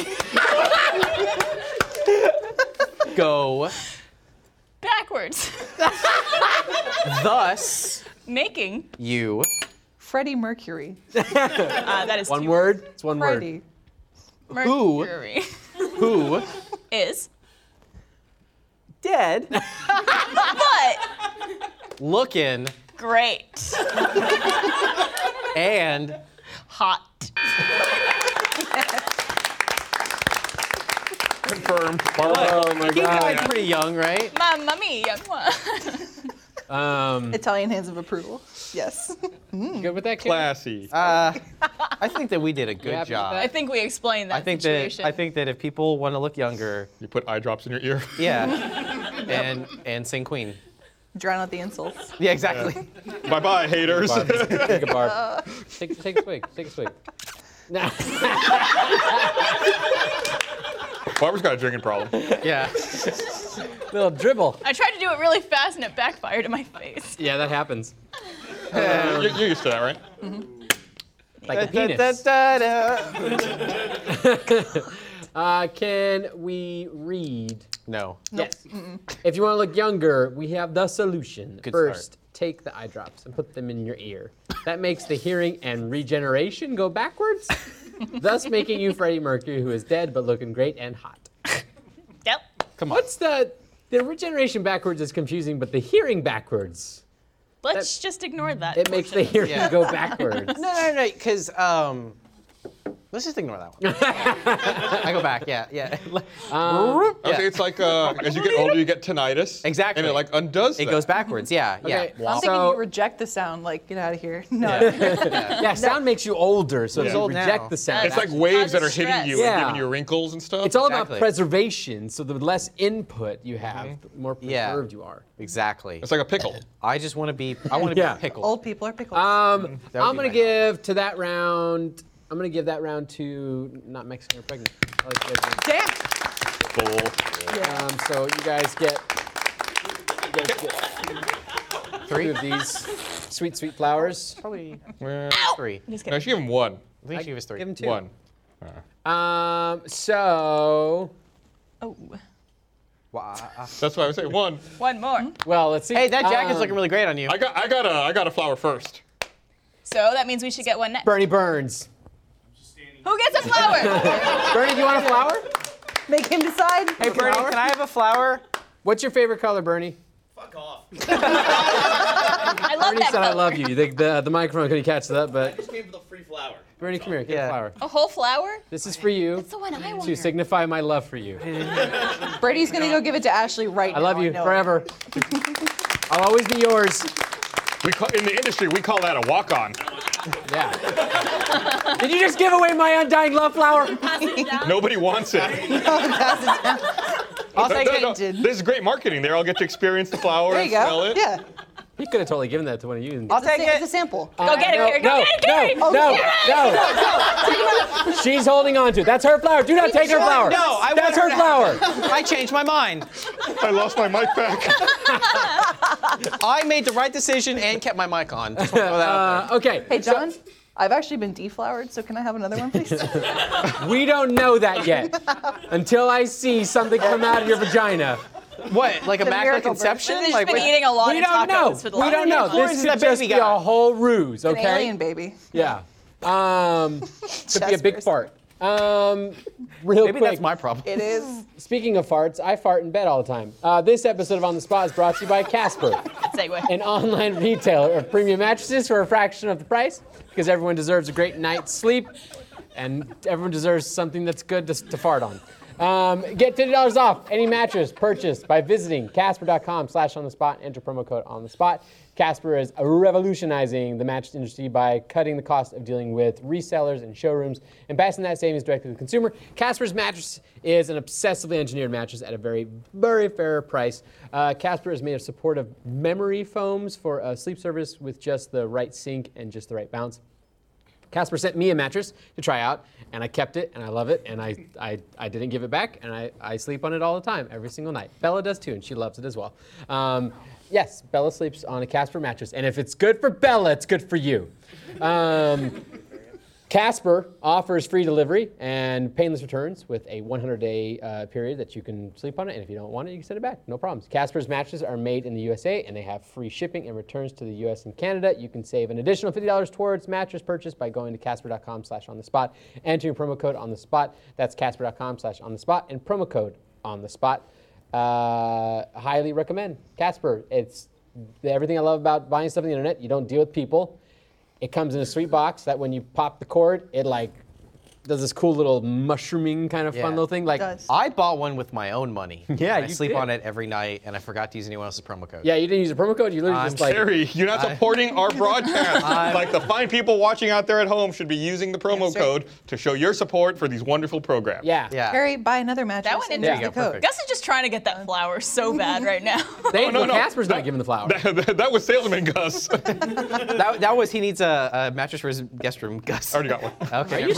go
backwards,
thus
making
you
Freddie Mercury.
uh, that is
One
two
word. It's one
Freddie.
Who?
Mercury
who
is
dead
but
looking
great
and
hot.
Confirm.
word.
Barbara.
Oh my
he died
god.
pretty young, right?
My mummy, young one.
Um,
Italian hands of approval. Yes.
you good with that, Carrie?
Classy.
Ah.
Uh, I think that we did a good
happy with
job.
that?
I think we explained that
I think that
situation.
I think that if people want to look younger,
you put eye drops in your ear.
yeah, and and sing Queen.
Drown out the insults.
Yeah, exactly.
bye bye, haters.
Barb. Take a barb. Take, take a swig. Take a swig. No.
Barbara's got a drinking problem.
Yeah.
Little dribble.
I tried to do it really fast and it backfired in my face.
Yeah, that happens.
Um,
You're, you're used to that, right?
Like a penis.
Da-da-da-da.
Uh, can we read?
No.
Yes. If you want to look younger, we have the solution.
Good
First,
start.
take the eye drops and put them in your ear. That makes the hearing and regeneration go backwards, thus making you Freddie Mercury, who is dead but looking great and hot.
Yep.
Come on.
What's the the regeneration backwards is confusing, but the hearing backwards
Let's just ignore that.
it makes the hearing go backwards.
No, no, no, because um, let's just ignore that one. I go back. Yeah, yeah.
Um,
I think it's like uh, as you get older, you get tinnitus.
Exactly.
And it like undoes.
It
that.
goes backwards. Yeah, yeah.
Okay.
I'm
Womp.
thinking
So-
you reject the sound, like get out of here. No.
Yeah, sound makes you older, so if
Yeah.
you
Old
reject
now.
the sound.
It's like
Causes
waves that are hitting
stress.
you
Yeah.
and giving you wrinkles and stuff.
It's all
Exactly.
about preservation. So the less input you have, the more
Yeah.
preserved you are.
Exactly.
It's like a pickle.
I just want to be. I want to
Yeah.
be pickled.
Old people are pickles.
Um,
That would
I'm
be
gonna
my
give to that round. I'm gonna give that round to not Mexican or pregnant. Oh, I like the idea.
Damn.
Bull.
Um, so you guys get, you guys get two
Three.
of these sweet, sweet flowers.
Probably three. I
No, she gave him one.
think she was three.
Give them two.
One.
Um, so
Oh.
uh,
That's why I was saying one.
One more.
Well, let's see.
Hey, that jacket's
Um,
looking really great on you.
I got I got a I got a flower first.
So that means we should get one next.
Bernie Burns.
Who gets a flower?
Bernie, do you want a flower?
Make him decide.
hey, Bernie,
flower?
can I have a flower?
What's your favorite color, Bernie?
I love
Bernie
that
said, "I
color.
love you." The, the, the microphone couldn't catch that, but
just came for the free flower.
Bernie, come here, get a
Yeah.
flower.
A whole flower?
This is for you
That's the one I
to
wanted.
signify my love for you.
Brady's gonna go give it to Ashley right
I
now.
love you
know it.
forever. I'll always be yours.
We call, in the industry we call that a walk on.
Yeah. Did you just give away my undying love flower?
Nobody wants it.
I'll take
No,
it.
no, This is great marketing. They all get to experience the flower
There
and
you go.
smell it.
Yeah.
He could have totally given that to one of you.
I'll
It's a
take
sa- It's a
it.
sample.
Go
get it,
no,
Carrie, go
no,
get it, Carrie.
No, no, no. She's holding on to it. That's her flower. Do not take her flower.
No, I want
That's her
to-
flower.
I changed my mind.
I lost my mic back.
I made the right decision and kept my mic on. Just wanna throw that out
Uh,
there.
okay.
Hey, John. I've actually been deflowered, so can I have another one, please?
We don't know that yet until I see something come out of your vagina.
What? Like a
The
Immaculate
miracle
Conception?
They've just
Like
been
what-
eating a lot
We
of
don't
tacos
know.
for the
We
last
don't know.
How many
This
horns
could
did that
just
baby
be a
got?
whole ruse,
An
okay?
alien baby.
Yeah. Um, could be a big
Jaspers.
fart. Um, real
Maybe
quick.
that's my problem.
It is.
Speaking of farts, I fart in bed all the time. Uh, this episode of On the Spot is brought to you by Casper,
Segue.
an online retailer of premium mattresses for a fraction of the price because everyone deserves a great night's sleep and everyone deserves something that's good to, to fart on. Um, get $50 off any mattress purchased by visiting casper.com slash on the spot. Enter promo code on the spot. Casper is revolutionizing the mattress industry by cutting the cost of dealing with resellers and showrooms and passing that savings directly to the consumer. Casper's mattress is an obsessively engineered mattress at a very, very fair price. Uh, Casper is made of supportive memory foams for a sleep service with just the right sink and just the right bounce. Casper sent me a mattress to try out, and I kept it, and I love it, and I, I, I didn't give it back, and I, I sleep on it all the time, every single night. Bella does too, and she loves it as well. Um, yes, Bella sleeps on a Casper mattress, and if it's good for Bella, it's good for you. Um, Casper offers free delivery and painless returns with a 100-day uh, period that you can sleep on it, and if you don't want it, you can send it back. No problems. Casper's mattresses are made in the USA, and they have free shipping and returns to the U.S. and Canada. You can save an additional $50 towards mattress purchase by going to casper.com slash on the spot, entering promo code on the spot. That's casper.com slash on the spot, and promo code on the spot. Uh, highly recommend Casper. It's everything I love about buying stuff on the internet. You don't deal with people it comes in a sweet box that when you pop the cord, it like does this cool little mushrooming kind of
Yeah.
fun little thing. Like,
does.
I bought one with my own money.
Yeah,
And I
you
sleep
did.
on it every night, and I forgot to use anyone else's promo code.
yeah, you didn't use a promo code. You literally
I'm
just like
Terry, you're not supporting our broadcast. like the fine people watching out there at home should be using the promo
That's right.
code to show your support for these wonderful programs.
yeah.
Yeah.
Harry, buy another mattress.
went in
and use
there.
the
Yeah,
code.
perfect.
Gus is just trying to get that flower so bad right now.
They,
no,
well,
no.
Casper's not giving the flower.
That, that was salesman Gus. I
That, that was he needs a, a mattress for his guest room, Gus.
already got one.
Okay.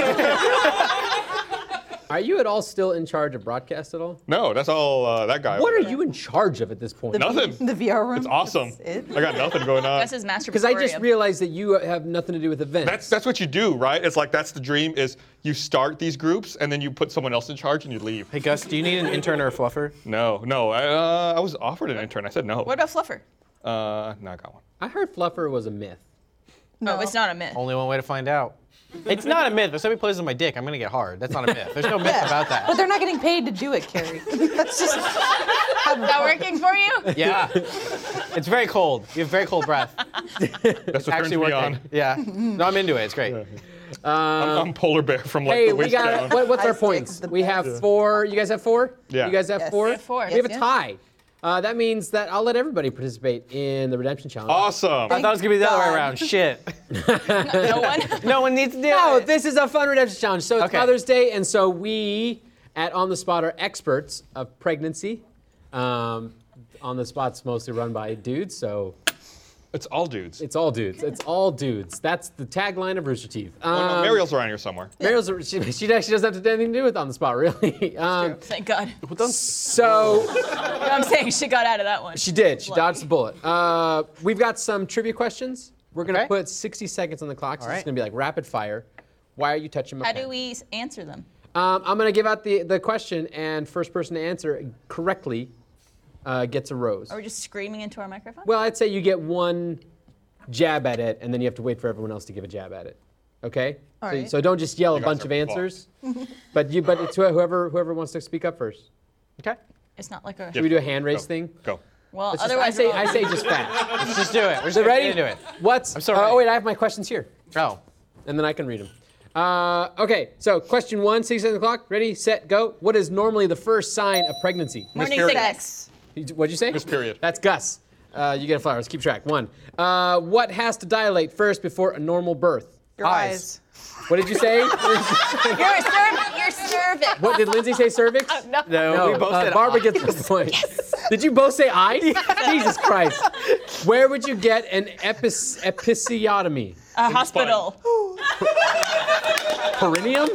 Are you at all still in charge of broadcast at all?
No, that's all uh, that guy.
What
over
are
there.
you in charge of at this point?
Nothing.
The VR room.
It's awesome.
That's it.
I got nothing going on.
Gus is master.
Because I just realized that you have nothing to do with events.
That's that's what you do, right? It's like that's the dream is you start these groups and then you put someone else in charge and you leave.
hey Gus, do you need an intern or a fluffer?
No, no, I, uh, I was offered an intern. I said no.
What about Fluffer?
Uh, no, I got one.
I heard Fluffer was a myth.
No, Oh, it's not a myth.
Only one way to find out. It's not a myth. If somebody plays with my dick, I'm gonna get hard. That's not a myth. There's no myth about
But
that.
they're not getting paid to do it, Carrie. That's just.
Is that working for you?
Yeah. It's very cold. You have very cold breath.
That's what turns
Actually
me on.
working. Yeah. No, I'm into it. It's great.
I'm, I'm polar bear from like
Um, Hey,
the
we
waist down.
got what, what's our
Ice stick is
points?
the
We
best.
have four. You guys have four.
Yeah.
You guys have
Yes.
four.
We have
four.
We have a
Yes, yeah.
tie. Uh, that means that I'll let everybody participate in the redemption challenge.
Awesome.
I thought it was gonna be the other way
God.
around. Shit.
No one.
No one needs to do
No,
it.
Oh, this is a fun redemption challenge. So it's
Okay.
Mother's Day, and so we at On the Spot are experts of pregnancy. Um, on the Spot's mostly run by dudes, so
It's all dudes.
it's all dudes. It's all dudes. That's the tagline of Rooster Teeth.
Oh, no,
Um,
Mariel's around here somewhere.
Mariel's a- she, she actually doesn't have to- anything to do with On the Spot, really. Um,
Thank God.
so
No, I'm saying she got out of that one.
she did. She
Lucky.
dodged the bullet. Uh, we've got some trivia questions. We're gonna
Okay.
put 60 seconds on the clock. So
All
It's
right.
gonna be like rapid fire. Why are you touching my?
How
pen?
do we s- answer them?
Um, I'm going to give out the, the question, and first person to answer correctly uh, gets a rose.
Are we just screaming into our microphone?
Well, I'd say you get one jab at it, and then you have to wait for everyone else to give a jab at it. Okay. so,
right.
so don't just yell a
guys
bunch
are
of answers, but you but it's wh- whoever whoever wants to speak up first.
Okay.
it's not like a.
Should we do a hand raise thing?
Go.
Well,
Let's just-
otherwise,
I say
we're all-
I say just fast.
Let's just do it. We're just
So ready?
gonna do it.
What's?
I'm so
uh,
ready.
oh wait, I have my questions here,
Oh.
and then I can read them. Uh, okay, so question one, six on the clock. Ready, set, go. What is normally the first sign of pregnancy?
morning
Harriet.
sickness.
You- What'd you say?
Miss Period.
That's Gus. Uh, you get a flower. Let's keep track. One. Uh, what has to dilate first before a normal birth?
Your
Eyes.
What did you say?
Your cervix. Your cervix.
what did Lindsay say? Cervix.
No.
No, we both
uh,
said
Barbara
I.
gets the point. Did you both say I? Jesus Christ. Where would you get an epis- episiotomy?
A hospital.
Perineum?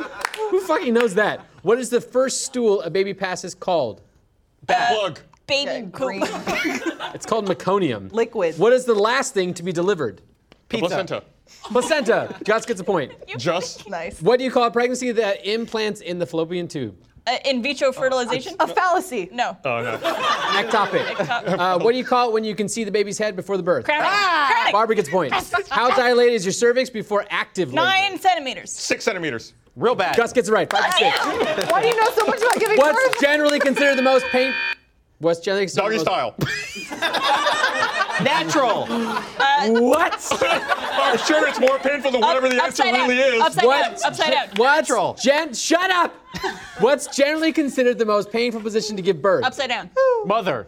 Who fucking knows that? What is the first stool a baby passes called?
Plug.
Baby poop.
green.
It's called meconium.
Liquid.
What is the last thing to be delivered?
Pizza.
Placenta.
Placenta. Gus gets a point.
Just
Nice.
What do you call a pregnancy that implants in the fallopian tube?
Uh, in vitro fertilization.
A fallacy.
no.
Oh no.
Ectopic.
Crap.
Uh, what do you call it when you can see the baby's head before the birth?
Crap.
Barbara gets point. How dilated is your cervix before active labor?
Nine centimeters.
Six centimeters.
Real bad.
Gus gets it right. Five to six.
Why do you know so much about giving
What's
birth?
generally considered the most pain? What's generally considered
Doggy
the most-
style.
Natural.
What?
I'm sure it's more painful than whatever the answer
upside down.
really is.
Upside down.
What?
Upside down.
What's
Natural.
Gen- shut up. What's generally considered the most painful position to give birth?
Upside down.
Mother.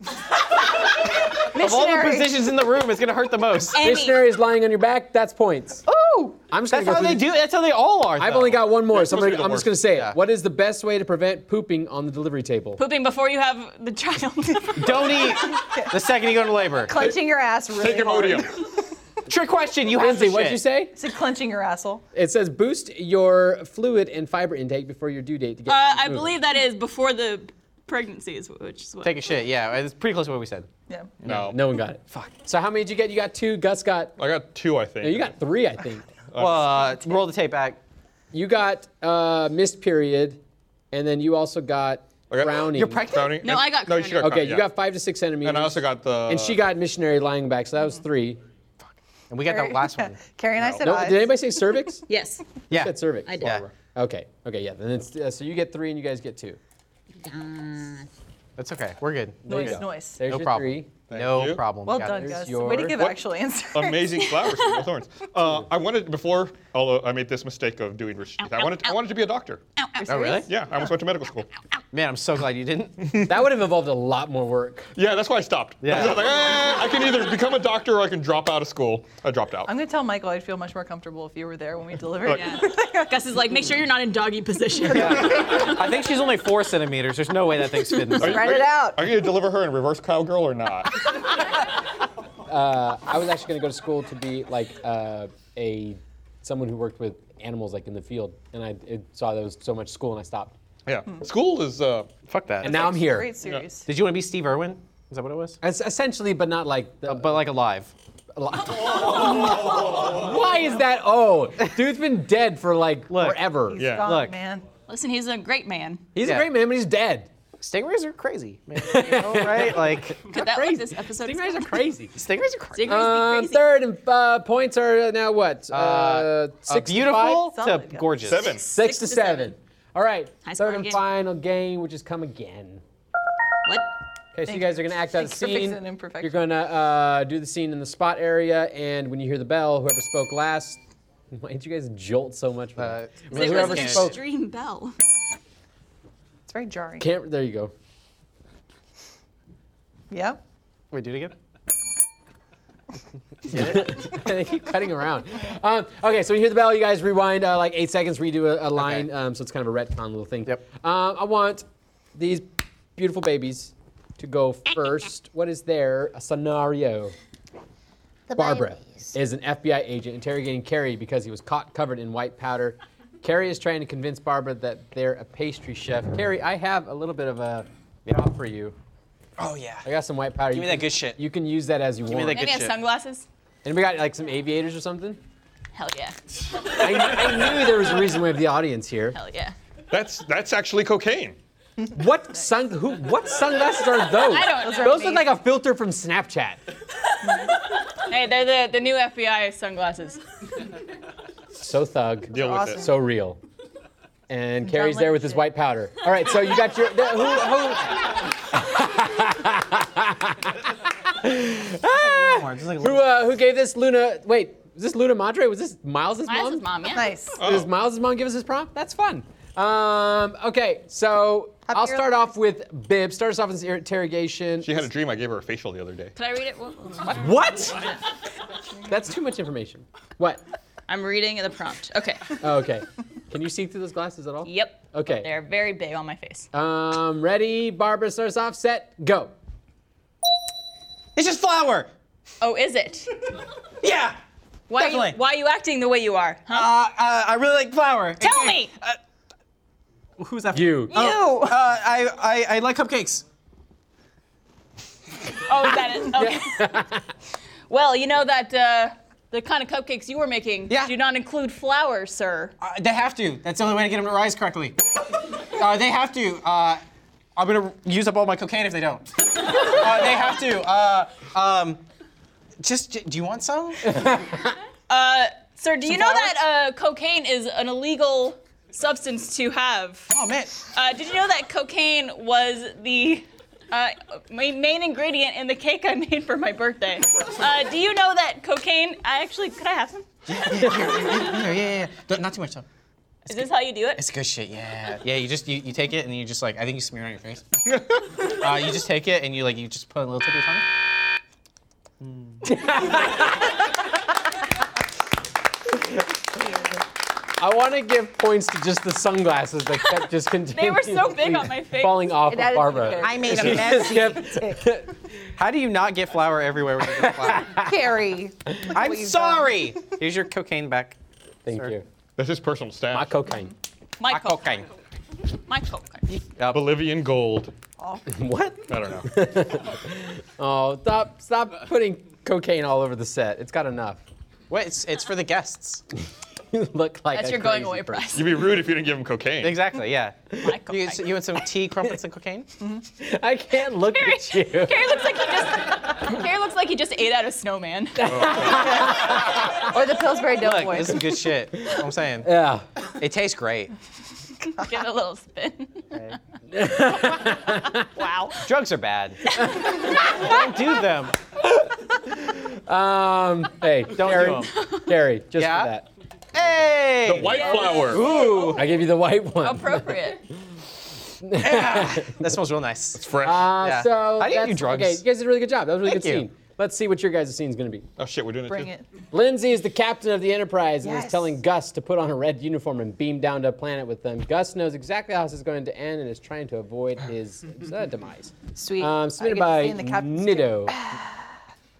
Of all the
Missionary.
positions in the room, it's gonna hurt the most.
Emmy.
Missionary is lying on your back. That's points.
Ooh.
I'm just
That's
gonna
how
go
they
through-
do. That's how they all are.
I've
though.
only got one more, so I'm,
supposed to
gonna,
be the
I'm just
worst.
going to say it.
Yeah.
What is the best way to prevent pooping on the delivery table?
Pooping before you have the child.
Don't eat the second you go into labor.
Clenching your ass really
Take
hard.
Imodium.
Trick question. You have
Lindsay,
to
what did
shit.
you say?
It's like clenching your asshole.
It says boost your fluid and fiber intake before your due date to get.
Uh, I
moving.
believe that is before the pregnancy is which is what.
Take a shit. Yeah, it's pretty close to what we said.
Yeah.
No.
No one got it. Fuck. So how many did you get? You got two. Gus got.
I got two, I think.
No, you got three, I think.
Well, uh, roll the tape back.
You got uh, missed period, and then you also got
I got-
browning.
You're pregnant?
Brownie?
No, I got
No, she got
Okay,
crown,
you
yeah.
got five to six centimeters.
And I also got uh, the.
And she got missionary lying back, so that was three.
And we got that last one.
Carrie and I said
No,
eyes.
did anybody say cervix?
Yes.
Yeah.
You said cervix.
I did.
Yeah.
Okay. Okay. Yeah. Then it's, uh, so you get three, and you guys get two.
That's okay. We're good.
There you
Noise,
go.
noise.
There's
no
your
problem.
three.
Thank
no
you.
problem.
Well
Got
done,
this.
Gus.
your-
Way to give
What? Um,
actual answer.
amazing flowers from the thorns. Uh, I wanted before, although I made this mistake of doing research, I wanted I wanted to be a doctor.
Oh really?
Yeah, I almost went to medical school.
Man, I'm so glad you didn't.
That would have involved a lot more work.
Yeah, that's why I stopped.
Yeah.
I was like, eh, I can either become a doctor or I can drop out of school. I dropped out.
I'm gonna tell Michael I'd feel much more comfortable if you were there when we delivered.
Look.
Gus is like, make sure you're not in doggy position.
I think she's only four centimeters. There's no way that thing's fitting.
Are you-
Spread
are
it
you-
out.
Are you gonna deliver her in reverse cowgirl or not?
I was actually going to go to school to be like uh, a someone who worked with animals, like in the field, and I it, saw there was so much school, and I stopped.
yeah. School is. Uh,
Fuck that.
And now I'm here.
Great series.
Did you want to be Steve Irwin? Is that what it was?
Es- essentially, but not like. The,
But like alive.
why is that? Oh, dude's been dead for like
Look.
forever.
Yeah.
Gone,
Look.
man.
Listen, he's a great man.
He's
Yeah.
a great man, but he's dead.
Stingrays are crazy, man. You know, right? Like
Could that
Crazy.
what this episode is
Stingrays are
called?
crazy.
stingrays are crazy.
Stingrays
Um,
be crazy.
third and uh, points are now what? Uh,
Uh,
six to
beautiful
five?
five?
to
Solid, yeah.
gorgeous.
Seven.
Six, to seven. All right.
High
third
scoring
and
game.
final game, which is come again.
What?
Okay, so you guys are gonna act out a
Thanks for
scene.
fixing an imperfection.
You're gonna uh, do the scene in the spot area, and when you hear the bell, whoever spoke last. Why did you guys jolt so much? for
Uh,
that?
maybe
It
Whoever
was an
spoke.
extreme bell.
It's very jarring.
Can't. There you go.
Yeah.
Wait, do it again.
they keep cutting around. Um, okay, so when you hear the bell, you guys rewind uh, like eight seconds, redo a, a line.
Okay.
Um, so it's kind of a retcon little thing.
Yep.
Um, I want these beautiful babies to go first. what is their scenario?
The
Barbara
babies.
is an FBI agent interrogating Carrie because he was caught covered in white powder. Carrie is trying to convince Barbara that they're a pastry chef. Carrie, I have a little bit of a prop for you.
Oh yeah.
I got some white powder. Give
me that good shit.
You can use that as you want.
me that good
Maybe I have
shit.
sunglasses.
and we got like some aviators or something.
Hell yeah.
I, I knew there was a reason we have the audience here.
Hell yeah.
That's that's actually cocaine.
What sun? Who? What sunglasses are those?
I don't know.
Those look like a filter from Snapchat.
Hey, they're the, the new FBI sunglasses.
So thug.
Deal with
Awesome.
it.
So real. And Carrie's
with
there
the
with his
shit.
white powder. All right, so you got your. the- who, who,
Just like-
who, uh, who gave this Luna? Wait, was this Luna Madre? Was this Miles' mom?
Miles' mom, yeah.
Nice.
Does Miles' mom give us his prompt? That's fun. Um, okay, so
Up
I'll
your
start off with Bib. Start us off with this interrogation.
She had a dream I gave her a facial the other day.
Did I read it? What?
what?
That's too much information. What?
I'm reading the prompt. Okay.
Oh, okay. Can you see through those glasses at all?
Yep.
Okay.
They're very big on my face.
Um, ready, Barbara, start us off, set, go.
It's just flour.
Oh, is it?
Yeah.
Why are, you,
Definitely.
why are you acting the way you are?
Uh,
Huh?
uh, I really like flour.
Tell me.
Uh, Who's that?
You.
Oh, uh, I, I I like cupcakes.
Oh, that is okay. well, you know that uh, the kind of cupcakes you were making
Yeah.
do not include flour, sir.
Uh, they have to. That's the only way to get them to rise correctly. uh, they have to. Uh, I'm gonna use up all my cocaine if they don't. uh, they have to. Uh, um, just, j- do you want some?
Sir, do you know
flour?
that uh, cocaine is an illegal substance to have?
Oh man.
Uh, did you know that cocaine was the uh, my main ingredient in the cake I made for my birthday? Uh, do you know that cocaine? I actually could I have some?
yeah, yeah, yeah. Don't- Not too much though.
Is this how you do it?
It's good shit. Yeah. Yeah. You just you, you take it and you just like I think you smear it on your face. uh, you just take it and you like you just put a little tip of your tongue.
I want to give points to just the sunglasses that kept just continuing.
They were so big on my face.
Falling off
It
of
added to the
Barbara.
character. I
made a
Just kept-
How do you not get flour everywhere when you get flour?
Carrie.
I'm sorry. Here's your cocaine back.
Thank you.
That's his personal stash.
My cocaine.
My
My cocaine.
My cocaine.
Bolivian gold.
What?
I don't know.
Oh, stop! Stop putting cocaine all over the set. It's got enough.
What? It's it's for the guests.
You look like
That's
a
your going
crazy
away
person.
prize.
You'd be rude if you didn't give him cocaine.
Exactly. Yeah.
My
You,
cocaine.
you want some tea, crumpets, and cocaine?
I can't look at you.
Carrie looks like he just Carrie looks like he just ate out a snowman.
Oh.
Or the Pillsbury
Look,
Doughboy.
this is good shit. That's what I'm saying.
Yeah.
It tastes great.
Give it a little spin. wow.
Drugs are bad. Don't do them.
Um. Hey, don't Carrie.
do
Carrie, just
Yeah?
for that.
Hey.
White flower.
Ooh. I gave you the white
Oh,
one.
Appropriate.
That smells real nice.
Fresh.
Uh,
Yeah.
So
I didn't
that's-
do drugs.
Okay, you guys did a really good job. That was a really
Thank
good
you.
scene. Let's see what your guys' scene's gonna be.
oh shit, we're doing it
Bring
too.
it.
Lindsay is the captain of the Enterprise and is
Yes.
telling Gus to put on a red uniform and beam down to a planet with them. Gus knows exactly how this is going to end and is trying to avoid his uh, demise.
Sweet. I
Um, submitted
get to
by
stay in the captain's
Nido.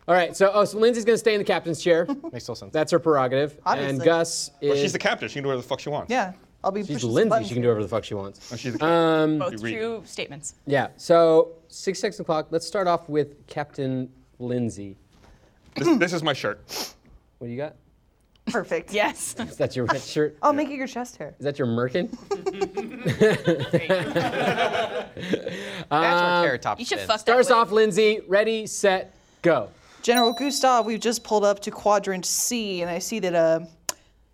All right, so oh, so Lindsay's gonna stay in the captain's chair.
Makes total sense.
That's her prerogative. And
Obviously.
Gus is.
Well, Oh, she's the captain. She can do whatever the fuck she wants.
Yeah. I'll be
she's
pushing some
Lindsay.
buttons.
She can do whatever the fuck she wants.
Oh, she's the
Both
read.
true statements.
Yeah. So six six o'clock. Let's start off with Captain Lindsay.
this, this is my shirt.
What do you got?
Perfect.
Yes.
Is that your red shirt?
I'll make it your chest hair.
Is that your merkin?
That's where carrot top
You should
is.
fuck
Stars
that wig.
off, Lindsay. Ready, set, go.
General Gustav, we've just pulled up to quadrant C, and I see that uh,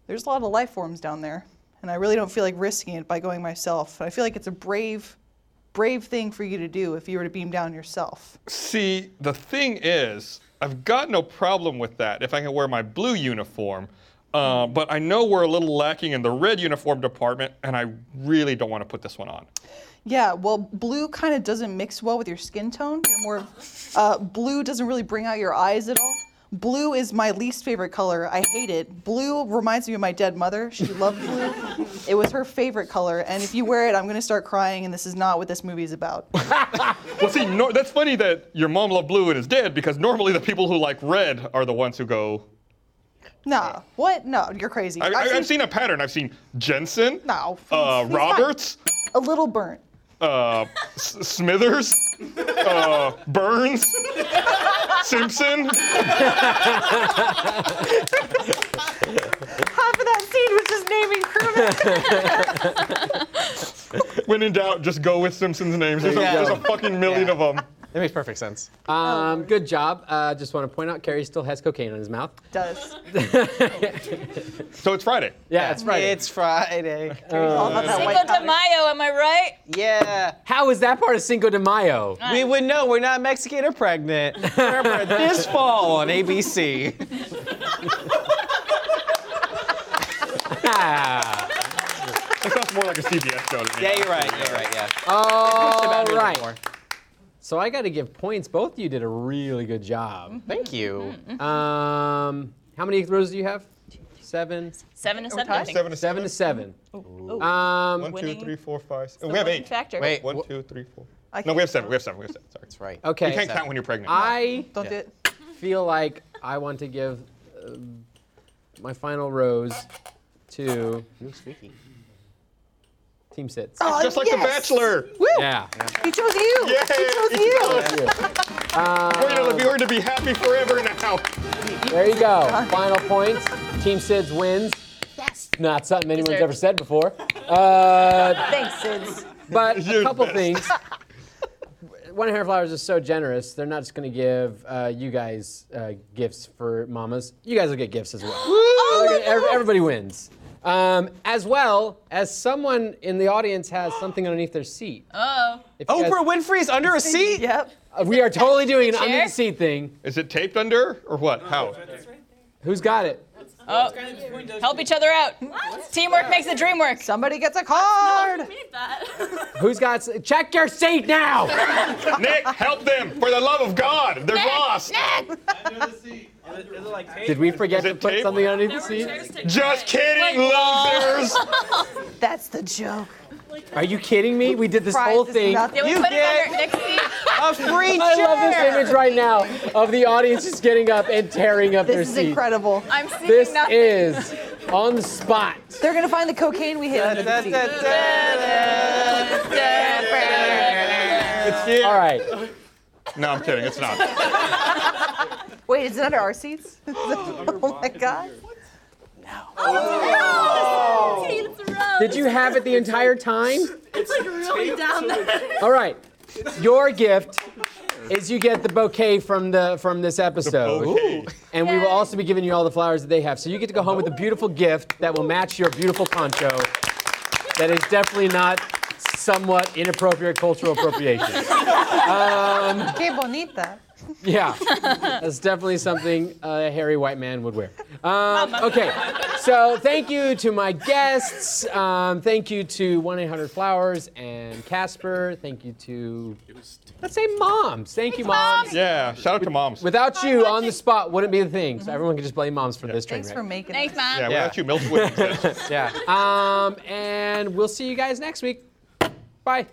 there's a lot of life forms down there, and I really don't feel like risking it by going myself. I feel like it's a brave, brave thing for you to do if you were to beam down yourself.
See, the thing is, I've got no problem with that if I can wear my blue uniform. Uh, but I know we're a little lacking in the red uniform department, and I really don't want to put this one on.
Yeah, well, blue kind of doesn't mix well with your skin tone. You're more, of- uh, blue doesn't really bring out your eyes at all. Blue is my least favorite color. I hate it. Blue reminds me of my dead mother. She loved blue. it was her favorite color, and if you wear it, I'm gonna start crying. And this is not what this movie is about.
Well, see, no, that's funny that your mom loved blue and is dead because normally the people who like red are the ones who go.
Nah, what? No, you're crazy.
I, I, I've seen a pattern. I've seen Jensen,
No,
uh,
he's- he's not-
Roberts,
a little burnt.
uh, S- Smithers, uh, Burns, Simpson.
Half of that scene was just naming crewmen.
when in doubt, just go with Simpsons names. There's,
Yeah.
a, there's a fucking million
Yeah.
of them.
That makes perfect sense.
Um, good job. Uh, just want to point out, Carrie still has cocaine on his mouth.
Does.
So it's Friday.
Yeah, that's right.
It's Friday.
All about that
Cinco
white
de
powder.
Mayo, am I right?
yeah.
How is that part of Cinco de Mayo?
We would know we're not Mexican or pregnant. Remember, this fall on ABC.
Ah.
It sounds more like a CBS show to me.
Yeah, you're right. You're right. Yeah.
All
About a little
right.
more.
So I got to give points. Both of you did a really good job.
Thank you.
Um, how many throws do you have? Seven.
Seven to seven. I think.
Seven to
Seven to seven.
Ooh.
Um,
One, two,
Winning.
three, four, five. six-
The
we have
winning
eight.
Factor.
Wait.
One,
wh-
two, three, four.
I
No,
can't
we have seven. We have seven. We have seven. Sorry.
That's right.
You
okay.
can't count when you're pregnant.
I
Don't do it.
feel like I want to give uh, my final rose to
Ooh, squeaky.
Team Sits.
Oh,
Just like The
yes!
Bachelor.
Woo!
Yeah.
He chose you.
Yay!
He chose
It's
you.
us. We're gonna- we're to be happy forever now.
There you go. Final points. Team Sids wins. Yes. Not something anyone's
Deserved.
ever said before. Uh,
Thanks, Sids.
but a
You're
couple
best.
things. One Hair Flowers is so generous. They're not just going to give uh, you guys uh, gifts for mamas. You guys will get gifts as well. They're gonna- ev- everybody wins. Um, as well as someone in the audience has something underneath their seat.
Oh.
If you guys-
Oprah Winfrey's under a seat.
Yep.
Uh, we are totally doing an
Chair?
under the seat thing.
Is it taped under or what? How?
Who's got it?
Oh. Help each other out. Teamwork makes the dream work.
Somebody gets a card.
Who's got? s- Check your seat now.
Nick, help them for the love of God. They're lost.
Did we forget
Is
to
it
put
tape?
something underneath the seat?
Just kidding, losers.
That's the joke.
Are you kidding me? We did this
Prize
whole
is
thing.
nothing.
Yeah, we
You
put
get-
it under Nick's seat.
A free
I love this
chair.
image right now of the audience just getting up and tearing up their
This is
seat.
incredible.
I'm seeing
This
nothing.
is on the spot.
They're gonna find the cocaine we hid under the
Da,
seat.
da, da, da, da.
All right.
No, I'm kidding. It's not.
Wait, is it under our seats? oh my god.
Did you have it the entire time? It's like really down there. All right. Your gift is you get the bouquet from the from this episode.
Okay.
And we will also be giving you all the flowers that they have. So you get to go home with a beautiful gift that will match your beautiful poncho. That is definitely not somewhat inappropriate cultural appropriation.
Que bonita.
Yeah, that's definitely something a hairy white man would wear. Um, okay, so thank you to my guests. Um, thank you to 1 800 Flowers and Casper. Thank you to, let's say moms. Thank you, moms.
Yeah. Shout out to moms.
Without you on the spot wouldn't be a thing. So everyone could just blame moms for this train
Thanks for
wreck.
making
Thanks,
it.
Mom.
yeah,
Yeah.
without you, Milton wouldn't exist.
Yeah.
Um, and we'll see you guys next week. Bye.